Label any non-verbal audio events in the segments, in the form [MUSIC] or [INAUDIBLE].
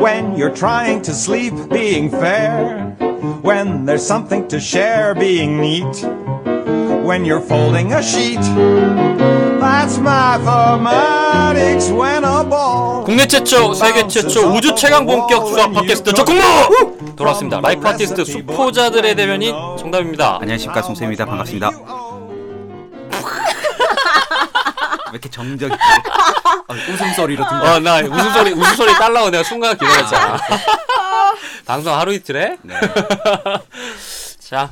when you're trying to sleep, being fair. When there's something to share, being neat. When you're folding a sheet. That's mathematics when a ball. 국내 음, 최초, 세계 최초 우주 최강 본격 수학 팟캐스트 적공모 음, 돌아왔습니다. 라이프 아티스트 수포자들의 대변인 정답입니다. 안녕하십니까 송쌤입니다 반갑습니다 왜 [LAUGHS] 이렇게 정적이 어, 웃음소리로 등 어, 나 웃음소리 웃음소리 딸라고 내가 순간 기다렸잖아. [LAUGHS] 방송 하루 이틀에 네. [LAUGHS] 자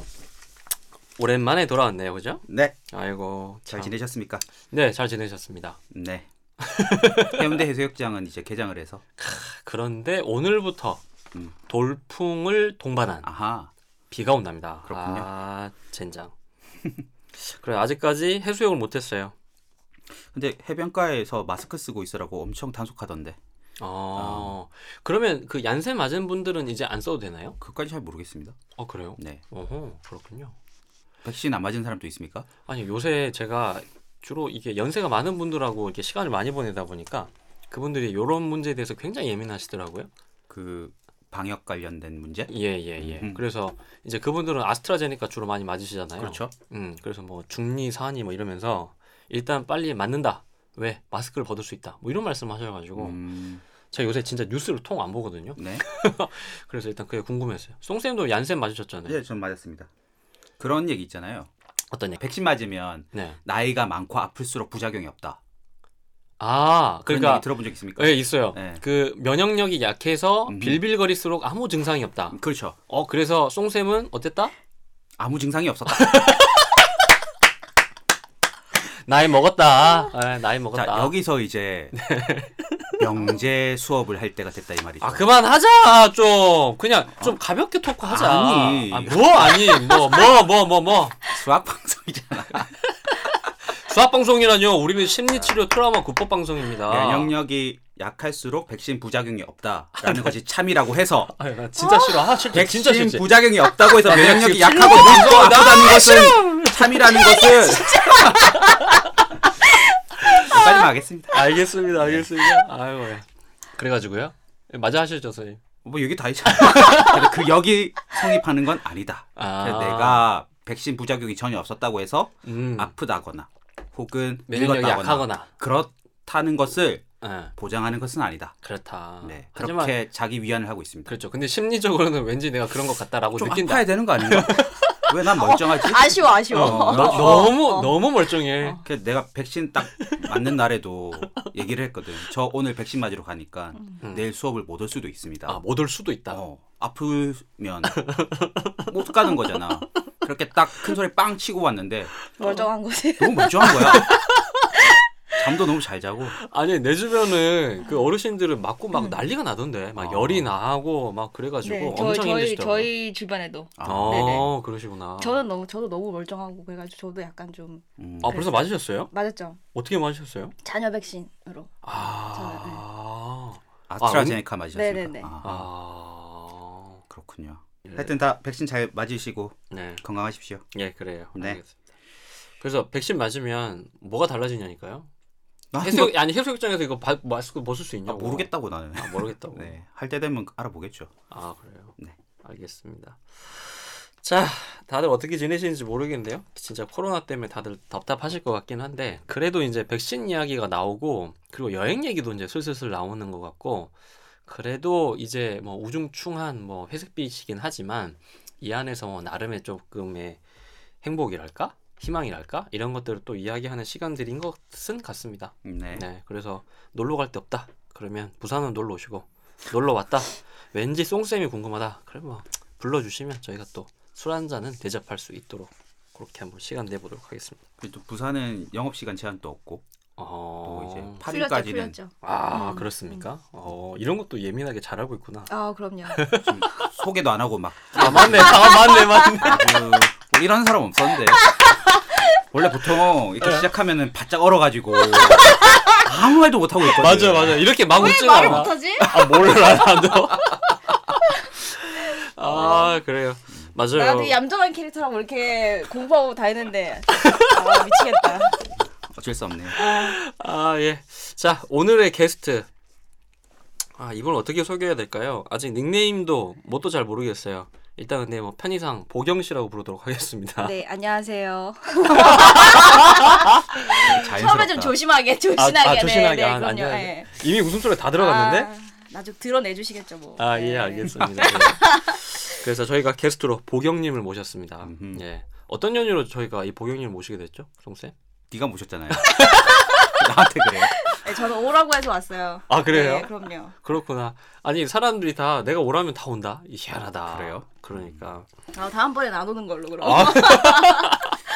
오랜만에 돌아왔네요, 그죠? 네. 아이고 잘 참. 지내셨습니까? 네, 잘 지내셨습니다. [LAUGHS] 네 해운대 해수욕장은 이제 개장을 해서 그런데 오늘부터 음. 돌풍을 동반한 아하 비가 온답니다. 그렇군요. 아 젠장. [LAUGHS] 그래 아직까지 해수욕을 못했어요. 근데 해변가에서 마스크 쓰고 있으라고 엄청 단속하던데 어, 그러면 그 얀세 맞은 분들은 이제 안 써도 되나요? 그까지 잘 모르겠습니다 어 그래요? 네 어허 그렇군요. 백신 안 맞은 사람도 있습니까? 아니 요새 제가 주로 이게 연세가 많은 분들하고 이렇게 시간을 많이 보내다 보니까 그분들이 이런 문제에 대해서 굉장히 예민하시더라고요. 그 방역 관련된 문제 예예 예. 예. 음. 그래서 이제 그분들은 아스트라제네카 주로 많이 맞으시잖아요. 그렇죠 음 그래서 뭐 중리 사안이 뭐 이러면서 일단 빨리 맞는다. 왜 마스크를 벗을 수 있다. 뭐 이런 말씀하셔가지고 음, 제가 요새 진짜 뉴스를 통 안 보거든요. 네 그래서 일단 그게 궁금했어요. 송쌤도 얀센 네, 맞으셨잖아요. 예, 전 맞았습니다 그런 얘기 있잖아요 어떤 얘기? 백신 맞으면 네. 나이가 많고 아플수록 부작용이 없다 아 그런 그러니까 얘기 들어본 적 있습니까? 예 있어요. 네. 그 면역력이 약해서 음. 빌빌거릴수록 아무 증상이 없다. 그렇죠 어 그래서 송쌤은 어땠다? 아무 증상이 없었다. 나이 먹었다. 아, 나이 먹었다. 음. 네. 자 여기서 이제 명제 수업을 할 때가 됐다 이 말이죠. 아 그만하자 좀 그냥 좀 가볍게 토크 하자. 아. 아니. 아, 뭐 아니 뭐 뭐 뭐 뭐 뭐 수학 방송이잖아. 수학 방송이라뇨. 우리는 심리치료 트라우마 구법 방송입니다. 아. 네, 면역력이 약할수록 백신 부작용이 없다라는 것이 참이라고 해서 아, 네. 아유, 나 진짜 싫어. 아 싫지. 진짜 백신 싫지. 아, 부작용이 없다고 해서 면역력이 지금 약하고 질문 무서워 나 아프다는 것은 참이라는 것은 [LAUGHS] 여기까지만 하겠습니다. 알겠습니다. 알겠습니다. 네. 아유. 예. 그래가지고요. 예, 맞아 하셨죠 선생님. 뭐 여기 다 있잖아. 근데 그 여기 성립하는 건 아니다. 아. 그래서 내가 백신 부작용이 전혀 없었다고 해서 음. 아프다거나 혹은 면역력이 늙었다거나 약하거나. 그렇다는 것을 예, 보장하는 것은 아니다. 그렇다. 네, 어, 하지만 그렇게 자기 위안을 하고 있습니다. 그렇죠. 근데 심리적으로는 왠지 내가 그런 것 같다라고 좀 느낀다. 아파야 되는 거 아닌가? [LAUGHS] 왜 난 멀쩡하지? 아쉬워 아쉬워. 어, 너, 너무 너무 멀쩡해. 그래서 내가 백신 딱 맞는 날에도 얘기를 했거든. 저 오늘 백신 맞으러 가니까 내일 수업을 못 올 수도 있습니다. 음. 아 못 올 수도 있다. 어, 아프면 못 가는 거잖아. 그렇게 딱 큰 소리 빵 치고 왔는데 멀쩡한 곳에. 너무 멀쩡한 거야. 잠도 너무 잘 자고 아니 내 주변은 그 어르신들은 맞고 막 난리가 나던데 막 아. 열이 나고 막 그래가지고 네, 저희 엄청 저희 힘드시더라고. 저희 주변에도. 아, 어 네네. 그러시구나. 저는 너무 저도 너무 멀쩡하고 그래가지고 저도 약간 좀 음, 아 벌써 맞으셨어요? 맞았죠. 어떻게 맞으셨어요? 자녀 백신으로. 아. 음? 아스트라제네카 맞으셨습니까? 네네네. 아, 아. 그렇군요. 하여튼 다 백신 잘 맞으시고 네. 건강하십시오. 예 그래요. 네. 알겠습니다. 그래서 백신 맞으면 뭐가 달라지냐니까요. 나 해수욕 아니 해수욕장에서 이거 바, 마스크 벗을 수 있냐고. 모르겠다고 나는. 아, 모르겠다고. 네, 할 때 되면 알아보겠죠. 아 그래요? 네. 알겠습니다. 자, 다들 어떻게 지내시는지 모르겠는데요. 진짜 코로나 때문에 다들 답답하실 것 같긴 한데 그래도 이제 백신 이야기가 나오고 그리고 여행 얘기도 이제 슬슬슬 나오는 것 같고 그래도 이제 뭐 우중충한 뭐 회색빛이긴 하지만 이 안에서 뭐 나름의 조금의 행복이랄까 희망이랄까 이런 것들을 또 이야기하는 시간들인 것은 같습니다. 네. 네, 그래서 놀러 갈 데 없다. 그러면 부산은 놀러 오시고 놀러 왔다. 왠지 송쌤이 궁금하다. 그럼 뭐 불러주시면 저희가 또 술 한 잔은 대접할 수 있도록 그렇게 한번 시간 내보도록 하겠습니다. 그리고 또 부산은 영업 시간 제한도 없고 또 어, 이제 풀렸죠 8일까지는 풀렸죠. [LAUGHS] 아 음. 그렇습니까? 어, 이런 것도 예민하게 잘 알고 있구나. 아 [LAUGHS] 그럼요. 좀 소개도 안 하고 막 아 맞네, 아 맞네, 맞네. 아주 뭐 이런 사람 없었는데 원래 보통 네. 이렇게 시작하면은 바짝 얼어가지고 아무 말도 못 하고 있거든. [LAUGHS] 맞아, 맞아. 이렇게 막 왜 웃지 말을 않아. 못하지? 아 몰라 나도. [LAUGHS] 아 그래요, 맞아요. 나도 얌전한 캐릭터라고 이렇게 공부하고 다니는데 아 미치겠다. 어쩔 수 없네요. 아, 예. 자, 오늘의 게스트. 아 이걸 어떻게 소개해야 될까요? 아직 닉네임도 뭣도 잘 모르겠어요. 일단 근데 뭐 편의상 보경 씨라고 부르도록 하겠습니다. 네, 안녕하세요. 자연스럽다. 처음에 좀 조심하게, 조신하게. 아, 아, 조신하게. 네, 네, 아, 그럼요. 안녕하세요. 예. 이미 웃음소리 다 들어갔는데? 나좀 드러내주시겠죠, 뭐. 아 예 네. [LAUGHS] 알겠습니다. 예. 그래서 저희가 게스트로 보경님을 모셨습니다. 음흠. 예 어떤 연유로 저희가 이 보경님을 모시게 됐죠, 송 쌤? 네가 모셨잖아요. [LAUGHS] 나한테 그래요. 네, 저는 오라고 해서 왔어요. 아, 그래요? 네, 그럼요. 그렇구나. 아니 사람들이 다 내가 오라면 다 온다. 이 희한하다. 그래요? 그러니까 아, 다음번에 안 오는 걸로 그럼. 아,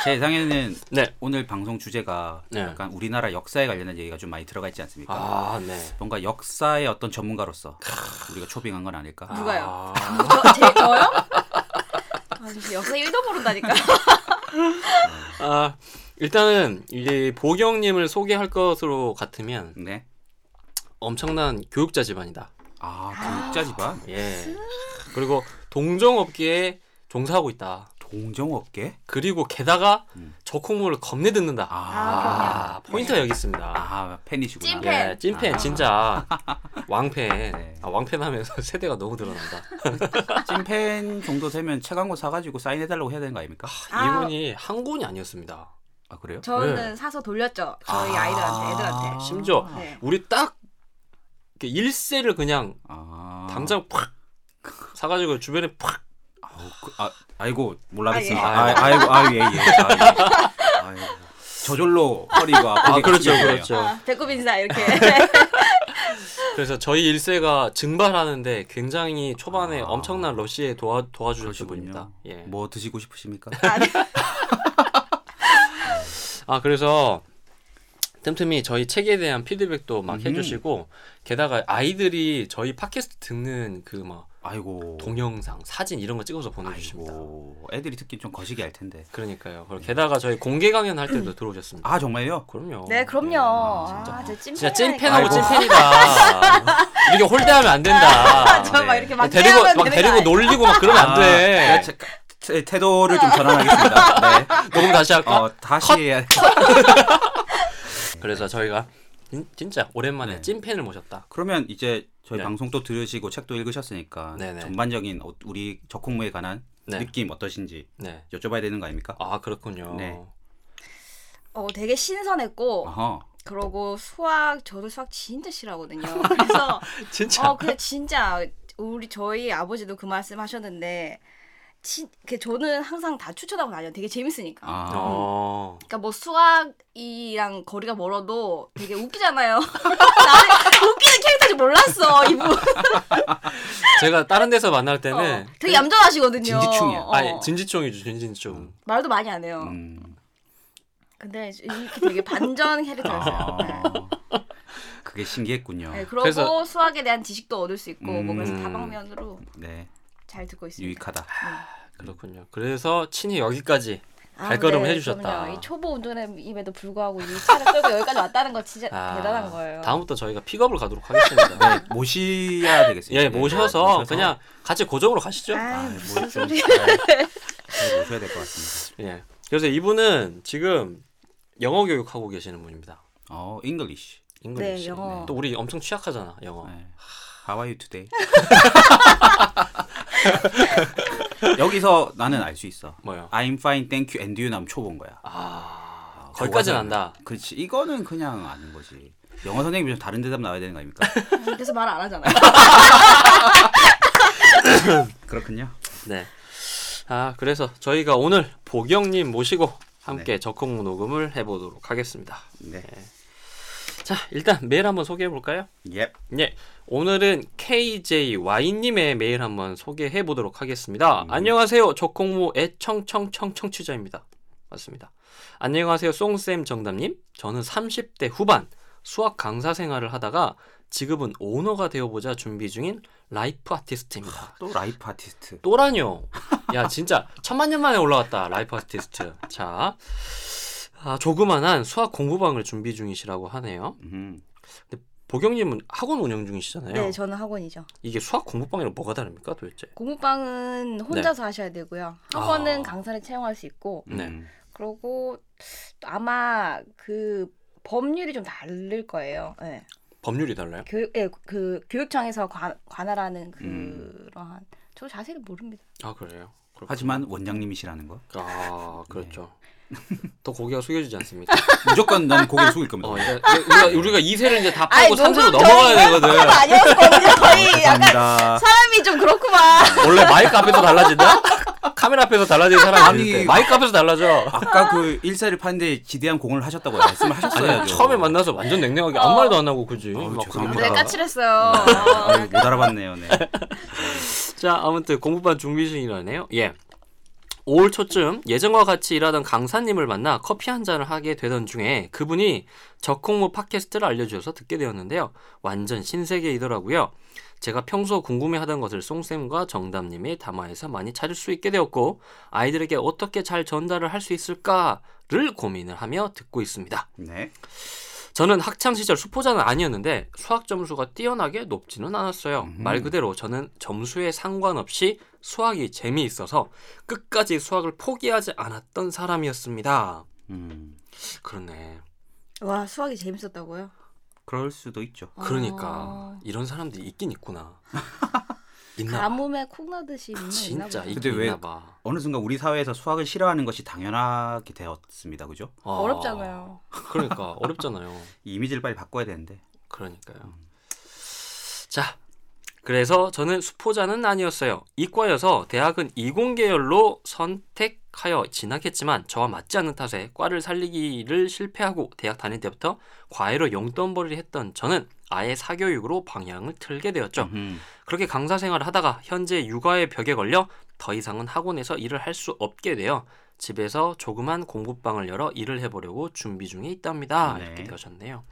제 예상에는 네. 오늘 방송 주제가 네. 약간 우리나라 역사에 관련된 얘기가 좀 많이 들어가 있지 않습니까? 아 네. 뭔가 역사의 어떤 전문가로서 우리가 초빙한 건 아닐까? 누가요? 아, 저, 제, 저요? 아, 저 역사 1도 모른다니까. 아, 일단은 이제 보경님을 소개할 것으로 같으면 네. 엄청난 교육자 집안이다. 아, 교육자 집안? 예. 그리고 동정업계에 종사하고 있다. 동정업계? 그리고 게다가 저 콩물을 겁내 듣는다. 음. 아. 아, 포인트가 여기 있습니다. 아, 팬이시구나. 찐팬. 예, 찐팬 아. [LAUGHS] 진짜 왕팬. 네. 아, 왕팬 하면서 [LAUGHS] 세대가 너무 드러난다. 찐팬 정도 되면 책 한 권 사가지고 사인해달라고 해야 되는 거 아닙니까? 아. 이분이 한 권이 아니었습니다. 아, 그래요? [LAUGHS] 저는 네. 사서 돌렸죠. 저희 아~ 이들한테 애들한테. 심지어 아. 네. 우리 딱 이렇게 일세를 그냥 아. 당장 팍 사가지고 주변에 팍 아우, 그, 아, 아이고, 몰라겠습니다. 아, 아, 예. 아이고, 아, 예, 예. 아, 예. 아이고. 저절로 허리가 아, 아프게 그렇죠, 튀어나와요. 그렇죠. 아, 배꼽 인사 이렇게. 그래서 저희 일세가 증발하는데 굉장히 초반에 아. 엄청난 러시에 도와 도와주셨던 분입니다. 그러시군요. 예. 뭐 드시고 싶으십니까? 아, 네. 아 그래서 틈틈이 저희 책에 대한 피드백도 막 음. 해주시고 게다가 아이들이 저희 팟캐스트 듣는 그 막 아이고. 동영상, 사진 이런 거 찍어서 보내주십니다. 아이고. 애들이 듣긴 좀 거시기 할 텐데. 그러니까요. 그리고 게다가 저희 공개 강연 할 때도 들어오셨습니다. 아, 정말요? 그럼요. [LAUGHS] 네, 그럼요. 예, 진짜. 아, 저 찐팬. 진짜 찐팬하고 아이고. [LAUGHS] 찐팬이다. 이렇게 홀대하면 안 된다. [LAUGHS] [LAUGHS] 저 막 네. 이렇게 막 데리고 피하면 막 되는 거 데리고 아니야? 놀리고 막 그러면 안 아, 돼. 제- 태- 태도를 좀 전환하겠습니다. 네. 녹음 다시 [LAUGHS] 할까? 어, 다시 해야 돼. 그래서 저희가 진, 진짜 오랜만에 네. 찐팬을 모셨다. 그러면 이제 저희 네. 방송 또 들으시고 책도 읽으셨으니까 네네. 전반적인 어- 우리 적콩무에 관한 네. 느낌 어떠신지 네. 여쭤봐야 되는 거 아닙니까? 아 그렇군요. 네. 어, 되게 신선했고. 어허. 그러고 수학 저도 수학 [LAUGHS] 진짜 싫어하거든요. 그래서 [LAUGHS] 진짜. 어 근데 진짜 우리 저희 아버지도 그 말씀하셨는데 진, 그 저는 항상 다 추천하고 다녀요. 되게 재밌으니까. 아. 어. 그러니까 뭐 수학이랑 거리가 멀어도 되게 웃기잖아요. [LAUGHS] 나는 웃기는 캐릭터인지 몰랐어 이분. 제가 다른 데서 만날 어, 때는 되게 얌전하시거든요. 음. 진지충이야. 어. 아니 진지충이죠 진지충. 말도 많이 안 해요. 음. 근데 이렇게 되게 반전 캐릭터였어요. 아. 그게 신기했군요. 네, 그러고 그래서- 수학에 대한 지식도 얻을 수 있고 뭐 그래서 음. 다방면으로 네. 잘 듣고 있습니다. 유익하다. 그렇군요. 그래서 친히 여기까지 아, 발걸음을 네, 해주셨다. 그럼요. 이 초보 운전임에도 불구하고 이 차를 끌고 여기까지 왔다는 거 진짜 아, 대단한 거예요. 다음부터 저희가 픽업을 가도록 하겠습니다. 네. 모셔야 되겠어요. 예 네, 모셔서, 그냥 같이 고정으로 가시죠. 아, 아, 무슨 뭐 좀- 소리? 네, 모셔야 될 것 같습니다. 예. 그래서 이분은 지금 영어 교육하고 계시는 분입니다. 어, English. 잉글리시. 네, 영어. 또 우리 엄청 취약하잖아 영어. 네. How are you today? [LAUGHS] 여기서 나는 알 수 있어. 뭐요? I'm fine, thank you, and you 나면 초본 거야. 아 아, 거기까지는 저거는- 안다. 그렇지. 이거는 그냥 아는 거지. 영어 선생님이 좀 다른 대답 나와야 되는 [LAUGHS] 거 아닙니까? [LAUGHS] 그래서 말 안 하잖아요. 그렇군요. 네. 아 그래서 저희가 오늘 보경님 모시고 함께 네. 적응 녹음을 해보도록 하겠습니다. 네. 자 일단 메일 한번 소개해 볼까요? 예. 예. 오늘은 KJY님의 메일 한번 소개해 보도록 하겠습니다. 안녕하세요. 적공무 애청청청 청취자입니다. 맞습니다. 안녕하세요. 송쌤 정답님. 저는 30대 후반 수학 강사 생활을 하다가 지금은 오너가 되어보자 준비 중인 라이프 아티스트입니다. 또 라이프 아티스트. 또라뇨. 야, 진짜 천만 년 만에 올라왔다. 라이프 아티스트. 자. 아, 조그만한 수학 공부방을 준비 중이시라고 하네요. 음. 보경님은 학원 운영 중이시잖아요. 네, 저는 학원이죠. 이게 수학 공부방이랑 뭐가 다릅니까 도대체? 공부방은 혼자서 하셔야 되고요. 학원은 네. 아. 강사를 채용할 수 있고, 네. 음. 그리고 또 아마 그 법률이 좀 다를 거예요. 네. 법률이 달라요? 교육 예, 그 교육청에서 관, 관할하는 음. 그러한 저 자세히 모릅니다. 아 그래요. 그렇군요. 하지만 네. 원장님이시라는 거. 아 그렇죠. 또 고개가 숙여지지 않습니다. 무조건 난 고개 를 숙일 겁니다. 어, 이제 우리가, 우리가 2세를 이제 다 파고 아, 뭐 3세로 녹음 넘어가야 저희 그런 거 되거든. [LAUGHS] 아니었거든요. 예. 거의 약간 감사합니다. 사람이 좀 그렇구만. 네, 원래 마이크 앞에서 달라진다? 카메라 앞에서 달라진 사람이 아니, 있는데 마이크 앞에서 달라져. 아까 그 일사를 파는데 지대한 공헌을 하셨다고 말씀을 하셨어요. 아니, 처음에 만나서 완전 냉랭하게 어. 아무 말도 안 하고 그지. 어우, 막 죄송합니다. 그러니까. 네, 까칠했어요. 어. 아유, 못 알아봤네요. 네. 자, 아무튼 공부반 준비 중이라네요. 예. 5월 초쯤 예전과 같이 일하던 강사님을 만나 커피 한 잔을 하게 되던 중에 그분이 적콩무 팟캐스트를 알려주셔서 듣게 되었는데요. 완전 신세계이더라고요. 제가 평소 궁금해하던 것을 송쌤과 정담님이 담화에서 많이 찾을 수 있게 되었고 아이들에게 어떻게 잘 전달을 할 수 있을까를 고민을 하며 듣고 있습니다. 네. 저는 학창 시절 수포자는 아니었는데 수학 점수가 뛰어나게 높지는 않았어요. 음. 말 그대로 저는 점수에 상관없이 수학이 재미있어서 끝까지 수학을 포기하지 않았던 사람이었습니다. 음, 그러네. 와 수학이 재밌었다고요? 그럴 수도 있죠. 그러니까 아. 이런 사람들이 있긴 [LAUGHS] 있구나. 있나 봐. 가뭄에 콩나듯이 있나 네. 진짜 보다. 근데 있긴 왜- 있나 봐. 어느 순간 우리 사회에서 수학을 싫어하는 것이 당연하게 되었습니다. 그죠? 아, 어렵잖아요. 그러니까 어렵잖아요. 이 이미지를 빨리 바꿔야 되는데. 그러니까요. 자, 그래서 저는 수포자는 아니었어요. 이과여서 대학은 이공계열로 선택하여 진학했지만 저와 맞지 않는 탓에 과를 살리기를 실패하고 대학 다닐 때부터 과외로 용돈벌이를 했던 저는 아예 사교육으로 방향을 틀게 되었죠. 음. 그렇게 강사 생활을 하다가 현재 육아의 벽에 걸려 더 이상은 학원에서 일을 할 수 없게 되어 집에서 조그만 공부방을 열어 일을 해보려고 준비 중에 있답니다. 네. 이렇게 되셨네요.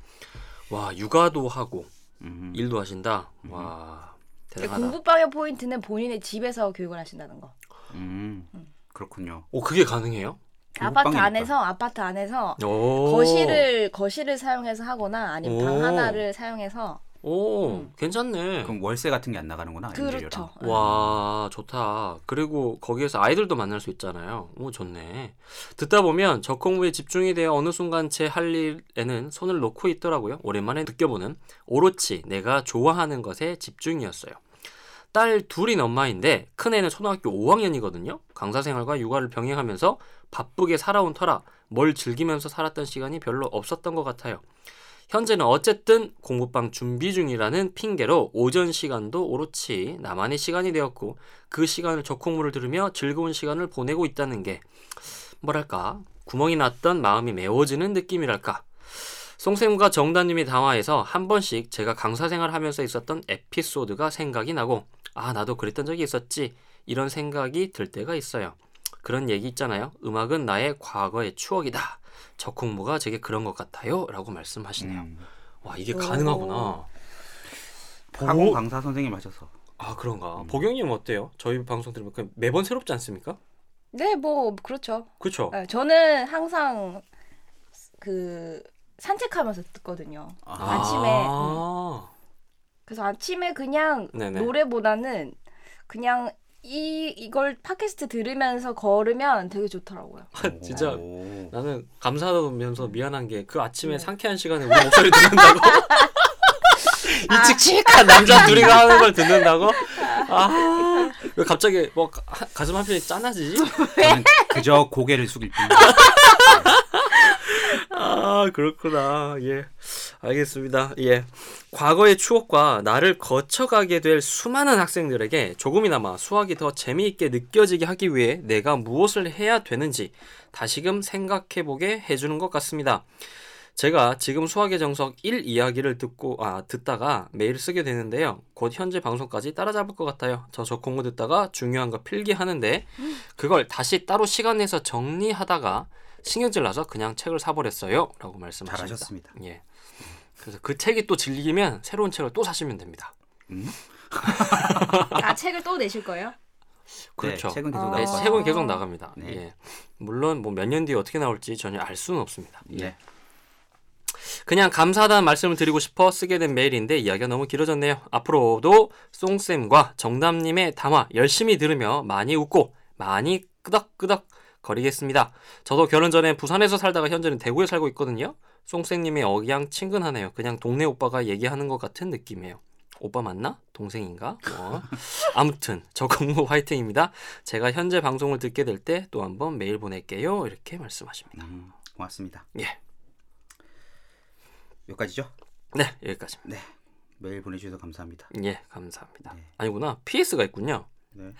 와 육아도 하고 음. 일도 하신다. 와 근데 대단하다. 네, 공부방의 포인트는 본인의 집에서 교육을 하신다는 거. 음. 그렇군요. 오 그게 가능해요? 아파트 공부방이니까. 안에서 아파트 안에서 오. 거실을 거실을 사용해서 하거나 아니면 오. 방 하나를 사용해서 오 음. 괜찮네. 그럼 월세 같은 게 안 나가는구나. 그렇죠. 아, 와 좋다. 그리고 거기에서 아이들도 만날 수 있잖아요. 오 좋네. 듣다 보면 적공부에 집중이 되어 어느 순간 제 할 일에는 손을 놓고 있더라고요. 오랜만에 느껴보는 오로치 내가 좋아하는 것에 집중이었어요. 딸 둘인 엄마인데 큰애는 초등학교 5학년이거든요. 강사 생활과 육아를 병행하면서 바쁘게 살아온 터라 뭘 즐기면서 살았던 시간이 별로 없었던 것 같아요. 현재는 어쨌든 공부방 준비 중이라는 핑계로 오전 시간도 오로치 나만의 시간이 되었고 그 시간을 적콩물을 들으며 즐거운 시간을 보내고 있다는 게 뭐랄까 구멍이 났던 마음이 메워지는 느낌이랄까 송쌤과 정다님이 담화에서 한 번씩 제가 강사 생활하면서 있었던 에피소드가 생각이 나고 아 나도 그랬던 적이 있었지 이런 생각이 들 때가 있어요 그런 얘기 있잖아요 음악은 나의 과거의 추억이다 적콩무가 제게 그런 것 같아요 라고 말씀하시네요 음. 와 이게 오. 가능하구나 학원 강사 선생님 하셔서. 아 그런가 음. 보경님 어때요? 저희 방송 들으면 그냥 매번 새롭지 않습니까? 네, 뭐 그렇죠. 그렇죠. 네, 저는 항상 그 산책하면서 듣거든요. 아. 그 아침에, 음. 그래서 아침에 그냥 네네. 노래보다는 그냥 이 이걸 팟캐스트 들으면서 걸으면 [LAUGHS] 되게 좋더라고요. 아, 진짜 오. 나는 감사하면서 미안한 게 그 아침에 음. 네. 상쾌한 시간에 우리 목소리 듣는다고 [LAUGHS] 이 칙칙한 남자 둘이가 하는 걸 듣는다고 아왜 갑자기 뭐 가, 가슴 한 편이 짠하지? 저는 그저 고개를 숙일 뿐. [LAUGHS] 아 그렇구나 예 알겠습니다 예 과거의 추억과 나를 거쳐가게 될 수많은 학생들에게 조금이나마 수학이 더 재미있게 느껴지게 하기 위해 내가 무엇을 해야 되는지 다시금 생각해보게 해주는 것 같습니다 제가 지금 수학의 정석 1 이야기를 듣고 아 듣다가 메일 쓰게 되는데요 곧 현재 방송까지 따라잡을 것 같아요 저 적공부 듣다가 중요한 거 필기하는데 그걸 다시 따로 시간 내서 정리하다가 신경질 나서 그냥 책을 사버렸어요. 라고 말씀하십니다. 잘하셨습니다. 예. 그래서 그 책이 또 질리면 새로운 책을 또 사시면 됩니다. 네, 아 책을 또 내실 거예요? 그렇죠. 네, 책은 계속 아. 네, 나올 것 같아요. 책은 계속 나갑니다. 네. 예. 물론 뭐 몇 년 뒤에 어떻게 나올지 전혀 알 수는 없습니다. 예. 네. 그냥 감사하다는 말씀을 드리고 싶어 쓰게 된 메일인데 이야기가 너무 길어졌네요. 앞으로도 송쌤과 정담님의 담화 열심히 들으며 많이 웃고 많이 끄덕끄덕 거리겠습니다. 저도 결혼 전에 부산에서 살다가 현재는 대구에 살고 있거든요. 송쌤님의 억양 친근하네요. 그냥 동네 오빠가 얘기하는 것 같은 느낌이에요. 오빠 맞나? 동생인가? 뭐. [LAUGHS] 아무튼 저 공모 화이팅입니다. 제가 현재 방송을 듣게 될 때 또 한번 메일 보낼게요. 이렇게 말씀하십니다. 음, 고맙습니다. 예. 여기까지죠? 네, 여기까지입니다. 네. 메일 보내주셔서 감사합니다. 예, 감사합니다. 네. 아니구나. PS가 있군요. 네.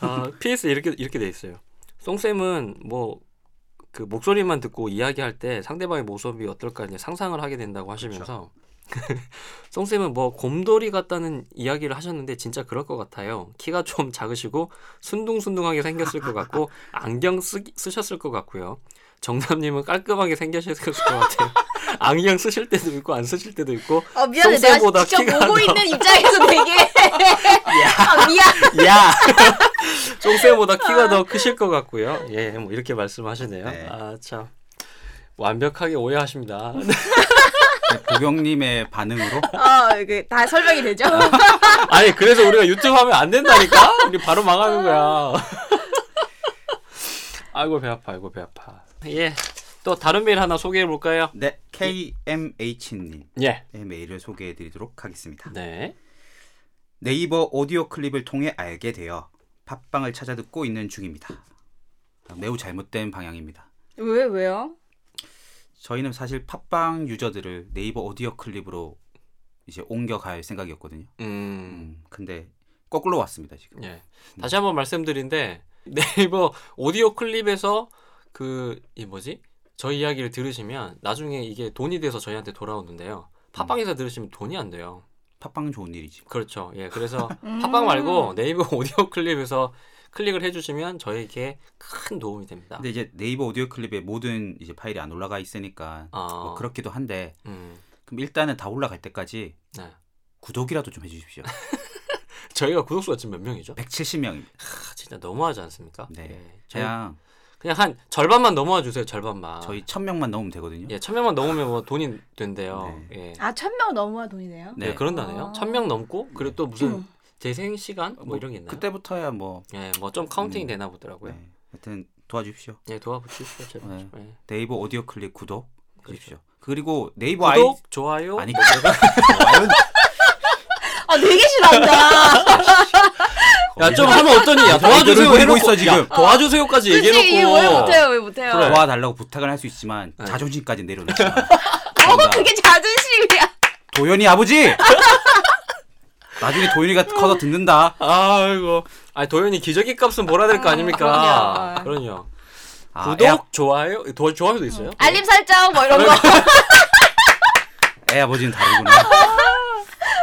아, PS 이렇게 이렇게 돼 있어요. 송쌤은 뭐 그 목소리만 듣고 이야기할 때 상대방의 모습이 어떨까 이제 상상을 하게 된다고 하시면서 그렇죠. [LAUGHS] 송쌤은 뭐 곰돌이 같다는 이야기를 하셨는데 진짜 그럴 것 같아요. 키가 좀 작으시고 순둥순둥하게 생겼을 것 [LAUGHS] 같고 안경 쓰, 쓰셨을 것 같고요. 정남님은 깔끔하게 생기셨을 것 [LAUGHS] 같아요. 안경 쓰실 때도 있고 안 쓰실 때도 있고 아 미안해 내가 송쌤보다 직접 키가 보고 안 있는 입장에서 [LAUGHS] 되게 아 미안 야! 쫑쌤보다 키가 더 크실 것 같고요. 예, 뭐 이렇게 말씀하시네요. 네. 아, 참. 완벽하게 오해하십니다. [LAUGHS] 네, 보경님의 반응으로 아 이게 다 설명이 되죠 [LAUGHS] 아니, 그래서 우리가 유튜브 하면 안 된다니까? 우리 바로 망하는 거야. [LAUGHS] 아이고, 배 아파, 아이고, 배 아파. 예. 또 다른 메일 하나 소개해 볼까요? 네 KMH님의 네, 예. 메일을 소개해드리도록 하겠습니다. 네. 네이버 오디오 클립을 통해 알게 되어 팟빵을 찾아 듣고 있는 중입니다. 아, 매우 잘못된 방향입니다. 왜 왜요 저희는 사실 팟빵 유저들을 네이버 오디오 클립으로 이제 옮겨갈 생각이었거든요. 음. 음, 근데 거꾸로 왔습니다 지금. 예. 음. 다시 한번 말씀드린데 [LAUGHS] 네이버 오디오 클립에서 그 이 뭐지? 저희 이야기를 들으시면 나중에 이게 돈이 돼서 저희한테 돌아오는데요. 팟빵에서 들으시면 돈이 안 돼요. 팟빵 좋은 일이지. 그렇죠. 예. [LAUGHS] 그래서 음. 팟빵 말고 네이버 [LAUGHS] 오디오 클립에서 클릭을 해주시면 저에게 큰 도움이 됩니다. 근데 이제 네이버 오디오 클립에 모든 이제 파일이 안 올라가 있으니까 아, 뭐 그렇기도 한데 음, 그럼 일단은 다 올라갈 때까지 네. 구독이라도 좀 해주십시오. [LAUGHS] 저희가 구독수가 지금 몇 명이죠? 170명입니다. 아, 진짜 너무하지 않습니까? 네. 예. 저희 그냥 그냥 한 절반만 넘어와 주세요. 절반만. 저희 1000명만 넘으면 되거든요. 아. 예, 천 명만 넘으면 뭐 돈이 된대요. 예. 네. 아천명 넘어야 돈이네요 네, 그런다네요. 아. 천 명 넘고 그리고 또 무슨 음. 재생 시간 뭐, 이런 게 있나요? 그때부터야 뭐 예, 뭐 좀 카운팅이 음. 되나 보더라고요. 네. 하여튼 도와주십시오. 예, 도와주십시오, 제발. 네. 예. 네이버 오디오 클립 구독 해주십시오. 그렇죠. 그리고 네이버 뭐 아이 구독, 좋아요. 아니 아 [LAUGHS] 되게 싫어한다 [LAUGHS] 야, 좀 하면 어떠니? 야, 도와주세요. 보이고 해놓고 있어, 지금. 야, 도와주세요까지 솔직히 이게 왜 얘기해놓고. 못해요 왜 못해요 그래. 도와달라고 부탁을 할 수 있지만 네. 자존심까지 내려놓지. 어 그게 자존심이야 도현이 아버지. [LAUGHS] 나중에 도현이가 커서 듣는다. 아이고. 아니 도현이 기저귀 값은 뭐라 될 거 아, 아닙니까? 그럼요. 그럼요. 아, 구독, 애, 좋아요. 도 좋아요도 있어요? 알림 설정 뭐 이런 거 그러니까. 애 아버지는 [LAUGHS] 다르구나.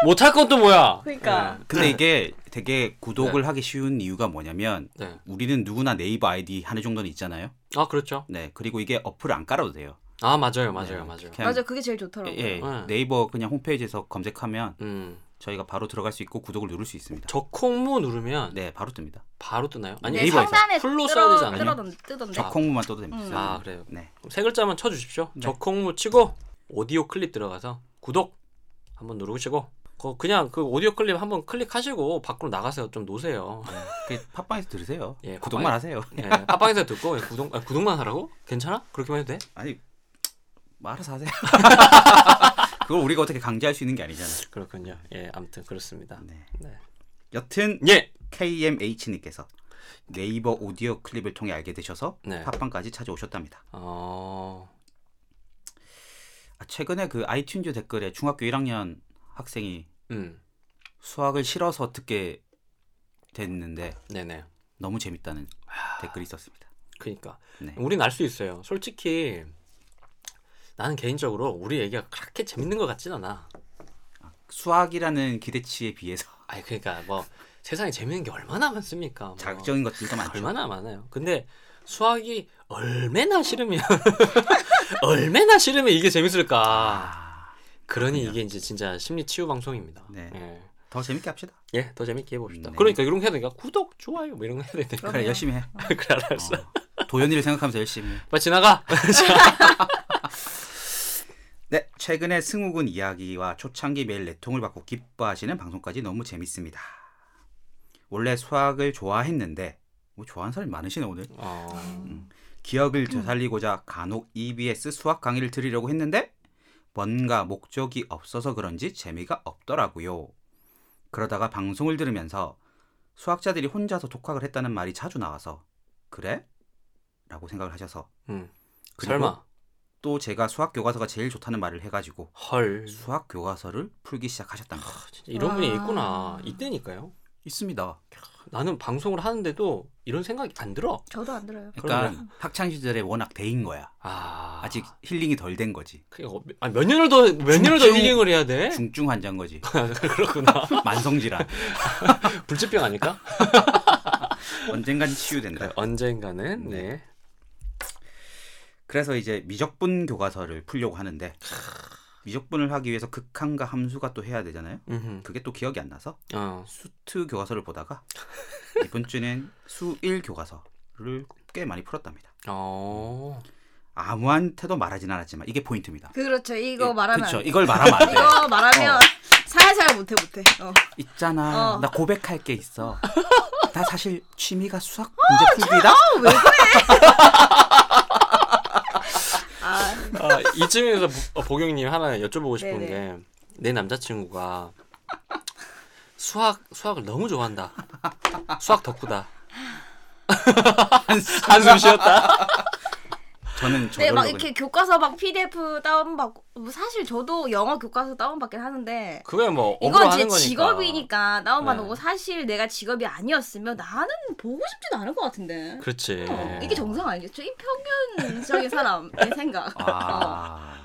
못할 건 또 뭐야? 그러니까. 네. 근데 이게 되게 구독을 하기 쉬운 이유가 뭐냐면 네. 네. 우리는 누구나 네이버 아이디 하나 정도는 있잖아요. 아 그렇죠. 네. 그리고 이게 어플을 안 깔아도 돼요. 아 맞아요, 맞아요, 네, 맞아요. 그냥 맞아 그게 제일 좋더라고 요 예, 네. 네이버 그냥 홈페이지에서 검색하면 음. 저희가 바로 들어갈 수 있고 구독을 누를 수 있습니다. 저 콩무 누르면 네, 바로 뜹니다. 바로 뜨나요? 아니 네, 네이버에서. 상단에 풀로 뜯어- 써야 되지 않아요? 뜯어던- 뜨던데 아. 콩무만 떠도 됩니다. 음. 아 그래요. 네. 그럼 세 글자만 쳐주십시오. 네. 적콩무 치고 오디오 클립 들어가서 구독 한번 누르시고 그 그냥 그 오디오 클립 한번 클릭하시고 밖으로 나가서 좀 노세요. 그 팟빵에서 들으세요. 예, 구독만 하세요. 예, 팟빵에서 듣고 예, 구독 아, 구독만 하라고? 괜찮아? 그렇게만 해도 돼? 아니, 뭐 알아서 하세요. [LAUGHS] 그걸 우리가 어떻게 강제할 수 있는 게 아니잖아요. 그렇군요. 예, 아무튼 그렇습니다. 네. 네. 여튼 예, KMH님께서 네이버 오디오 클립을 통해 알게 되셔서 네. 팟빵까지 찾아오셨답니다. 어, 아, 최근에 그 아이튠즈 댓글에 중학교 1학년 학생이 음, 수학을 싫어서 듣게 됐는데 네네. 너무 재밌다는 댓글이 있었습니다. 그러니까 네. 우린 알 수 있어요. 솔직히 나는 개인적으로 우리 얘기가 그렇게 재밌는 것 같진 않아. 수학이라는 기대치에 비해서 아니 그러니까 뭐 세상에 재밌는 게 얼마나 많습니까? 뭐. 자극적인 것 진짜 많죠. 얼마나 많아요. 근데 수학이 얼마나 싫으면 [LAUGHS] 얼마나 싫으면 이게 재밌을까. 아, 그러니 이게 이제 진짜 심리 치유 방송입니다. 네. 예. 더 재밌게 합시다. 예, 더 재밌게 해봅시다. 네. 그러니까 이런 거 해야 되니까 구독, 좋아요 뭐 이런 거 해야 되니까. 그래 그럼요. 열심히 해. [LAUGHS] 그래 알았어. 어. 어, 도현이를 [LAUGHS] 생각하면서 열심히. 해. 빨리 지나가. 네, 최근에 승욱은 이야기와 초창기 매일 내통을 받고 기뻐하시는 방송까지 너무 재밌습니다. 원래 수학을 좋아했는데 뭐 좋아하는 사람이 많으시네 오늘. 어. 기억을 되살리고자 간혹 EBS 수학 강의를 들으려고 했는데 뭔가 목적이 없어서 그런지 재미가 없더라고요. 그러다가 방송을 들으면서 수학자들이 혼자서 독학을 했다는 말이 자주 나와서 그래? 라고 생각을 하셔서 음. 그리고 설마 또 제가 수학 교과서가 제일 좋다는 말을 해가지고 헐. 수학 교과서를 풀기 음. 시작하셨답니다. 아, 진짜 이런 분이 와. 있구나. 있다니까요. 있습니다. 나는 방송을 하는데도 이런 생각이 안 들어. 저도 안 들어요. 그러니까 학창 시절에 워낙 대인 거야. 아. 아직 힐링이 덜 된 거지. 그게 어- 아, 몇 년을 더 몇 년을 더 중증- 힐링을 해야 돼? [LAUGHS] 중증 환자인 거지. [LAUGHS] 그렇구나. 만성질환. 불치병 아닐까? 언젠간 치유된다. 그래, 언젠가는 네. 네. 그래서 이제 미적분 교과서를 풀려고 하는데 미적분을 하기 위해서 극한과 함수가 또 해야 되잖아요. 음흠. 그게 또 기억이 안 나서 어. 수트 교과서를 [LAUGHS] 보다가 이번 주는 수일 교과서를 꽤 많이 풀었답니다. 어. 아무한테도 말하진 않았지만 이게 포인트입니다. 그렇죠. 이거 예, 이- 말하면 그쵸. 안 돼. 이걸 말하면 안 돼. 이거 말하면 어. 살살 못해 못해. [LAUGHS] 어. 있잖아. 어. 나 고백할 게 [LAUGHS] 있어. 나 사실 취미가 어, 수학 문제 풀기다. [LAUGHS] 아, 아, 이쯤에서 보- 어, 보경님 하나 여쭤보고 싶은 네네. 게 내 남자친구가 수학 수학을 너무 좋아한다. 수학 덕후다. 한숨 쉬었다. 저는 네, 저절로 막 이렇게 교과서 막 PDF 다운받고 뭐 사실 저도 영어 교과서 다운받긴 하는데 그게 뭐 업으로 하는 이건 제 거니까. 직업이니까 다운받는 네. 거고 사실 내가 직업이 아니었으면 나는 보고 싶지도 않을 것 같은데. 그렇지. 어, 이게 정상 아니겠죠? 이 평균적인 사람의 생각. 어. 아,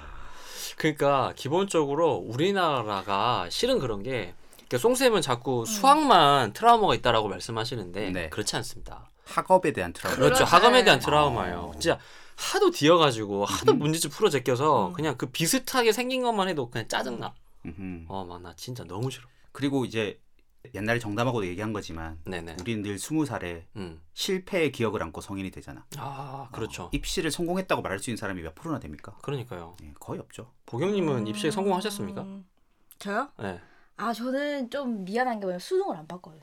그러니까 기본적으로 우리나라가 실은 그런 게 그러니까 송쌤은 자꾸 수학만 트라우마가 있다라고 말씀하시는데 네. 그렇지 않습니다. 학업에 대한 트라우마. 그렇죠. 그렇지. 하감에 대한 어. 트라우마예요. 아. 진짜 하도 뒤어가지고 하도 문제집 풀어 제껴서 음. 그냥 그 비슷하게 생긴 것만 해도 그냥 짜증나. 음흠. 어, 막 나 진짜 너무 싫어. 그리고 이제 옛날에 정담하고 얘기한 거지만 네네. 우리는 늘 스무 살에 음. 실패의 기억을 안고 성인이 되잖아. 아, 그렇죠. 어, 입시를 성공했다고 말할 수 있는 사람이 몇 프로나 됩니까? 그러니까요. 예, 거의 없죠. [LAUGHS] 보경님은 음. 입시에 성공하셨습니까? 저요? 네. 아 저는 좀 미안한 게 뭐냐면 수능을 안 봤거든요.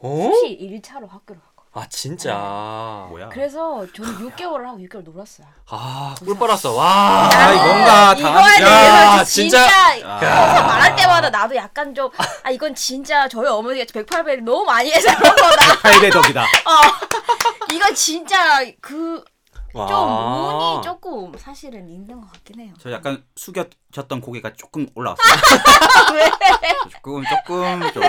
어? 혹시 1차로 학교를 갔거든요. 아 진짜. 네. 뭐야? 그래서 저는 6개월을 하고 6개월 놀았어요. 아, 꿀 빨았어. 와. 아, 이거 뭔가 당황- 이거에 야, 대해서 진짜, 진짜- 항상 말할 때마다 나도 약간 좀 아 이건 진짜 저희 어머니가 108배를 너무 많이 해서 그런 거다. 타일의 덕이다. [LAUGHS] 이건 진짜 그 좀 와. 운이 조금 사실은 있는 것 같긴 해요. 저 약간 숙여졌던 고개가 조금 올라왔어. [LAUGHS] 왜? 아, 조금 조금 좀.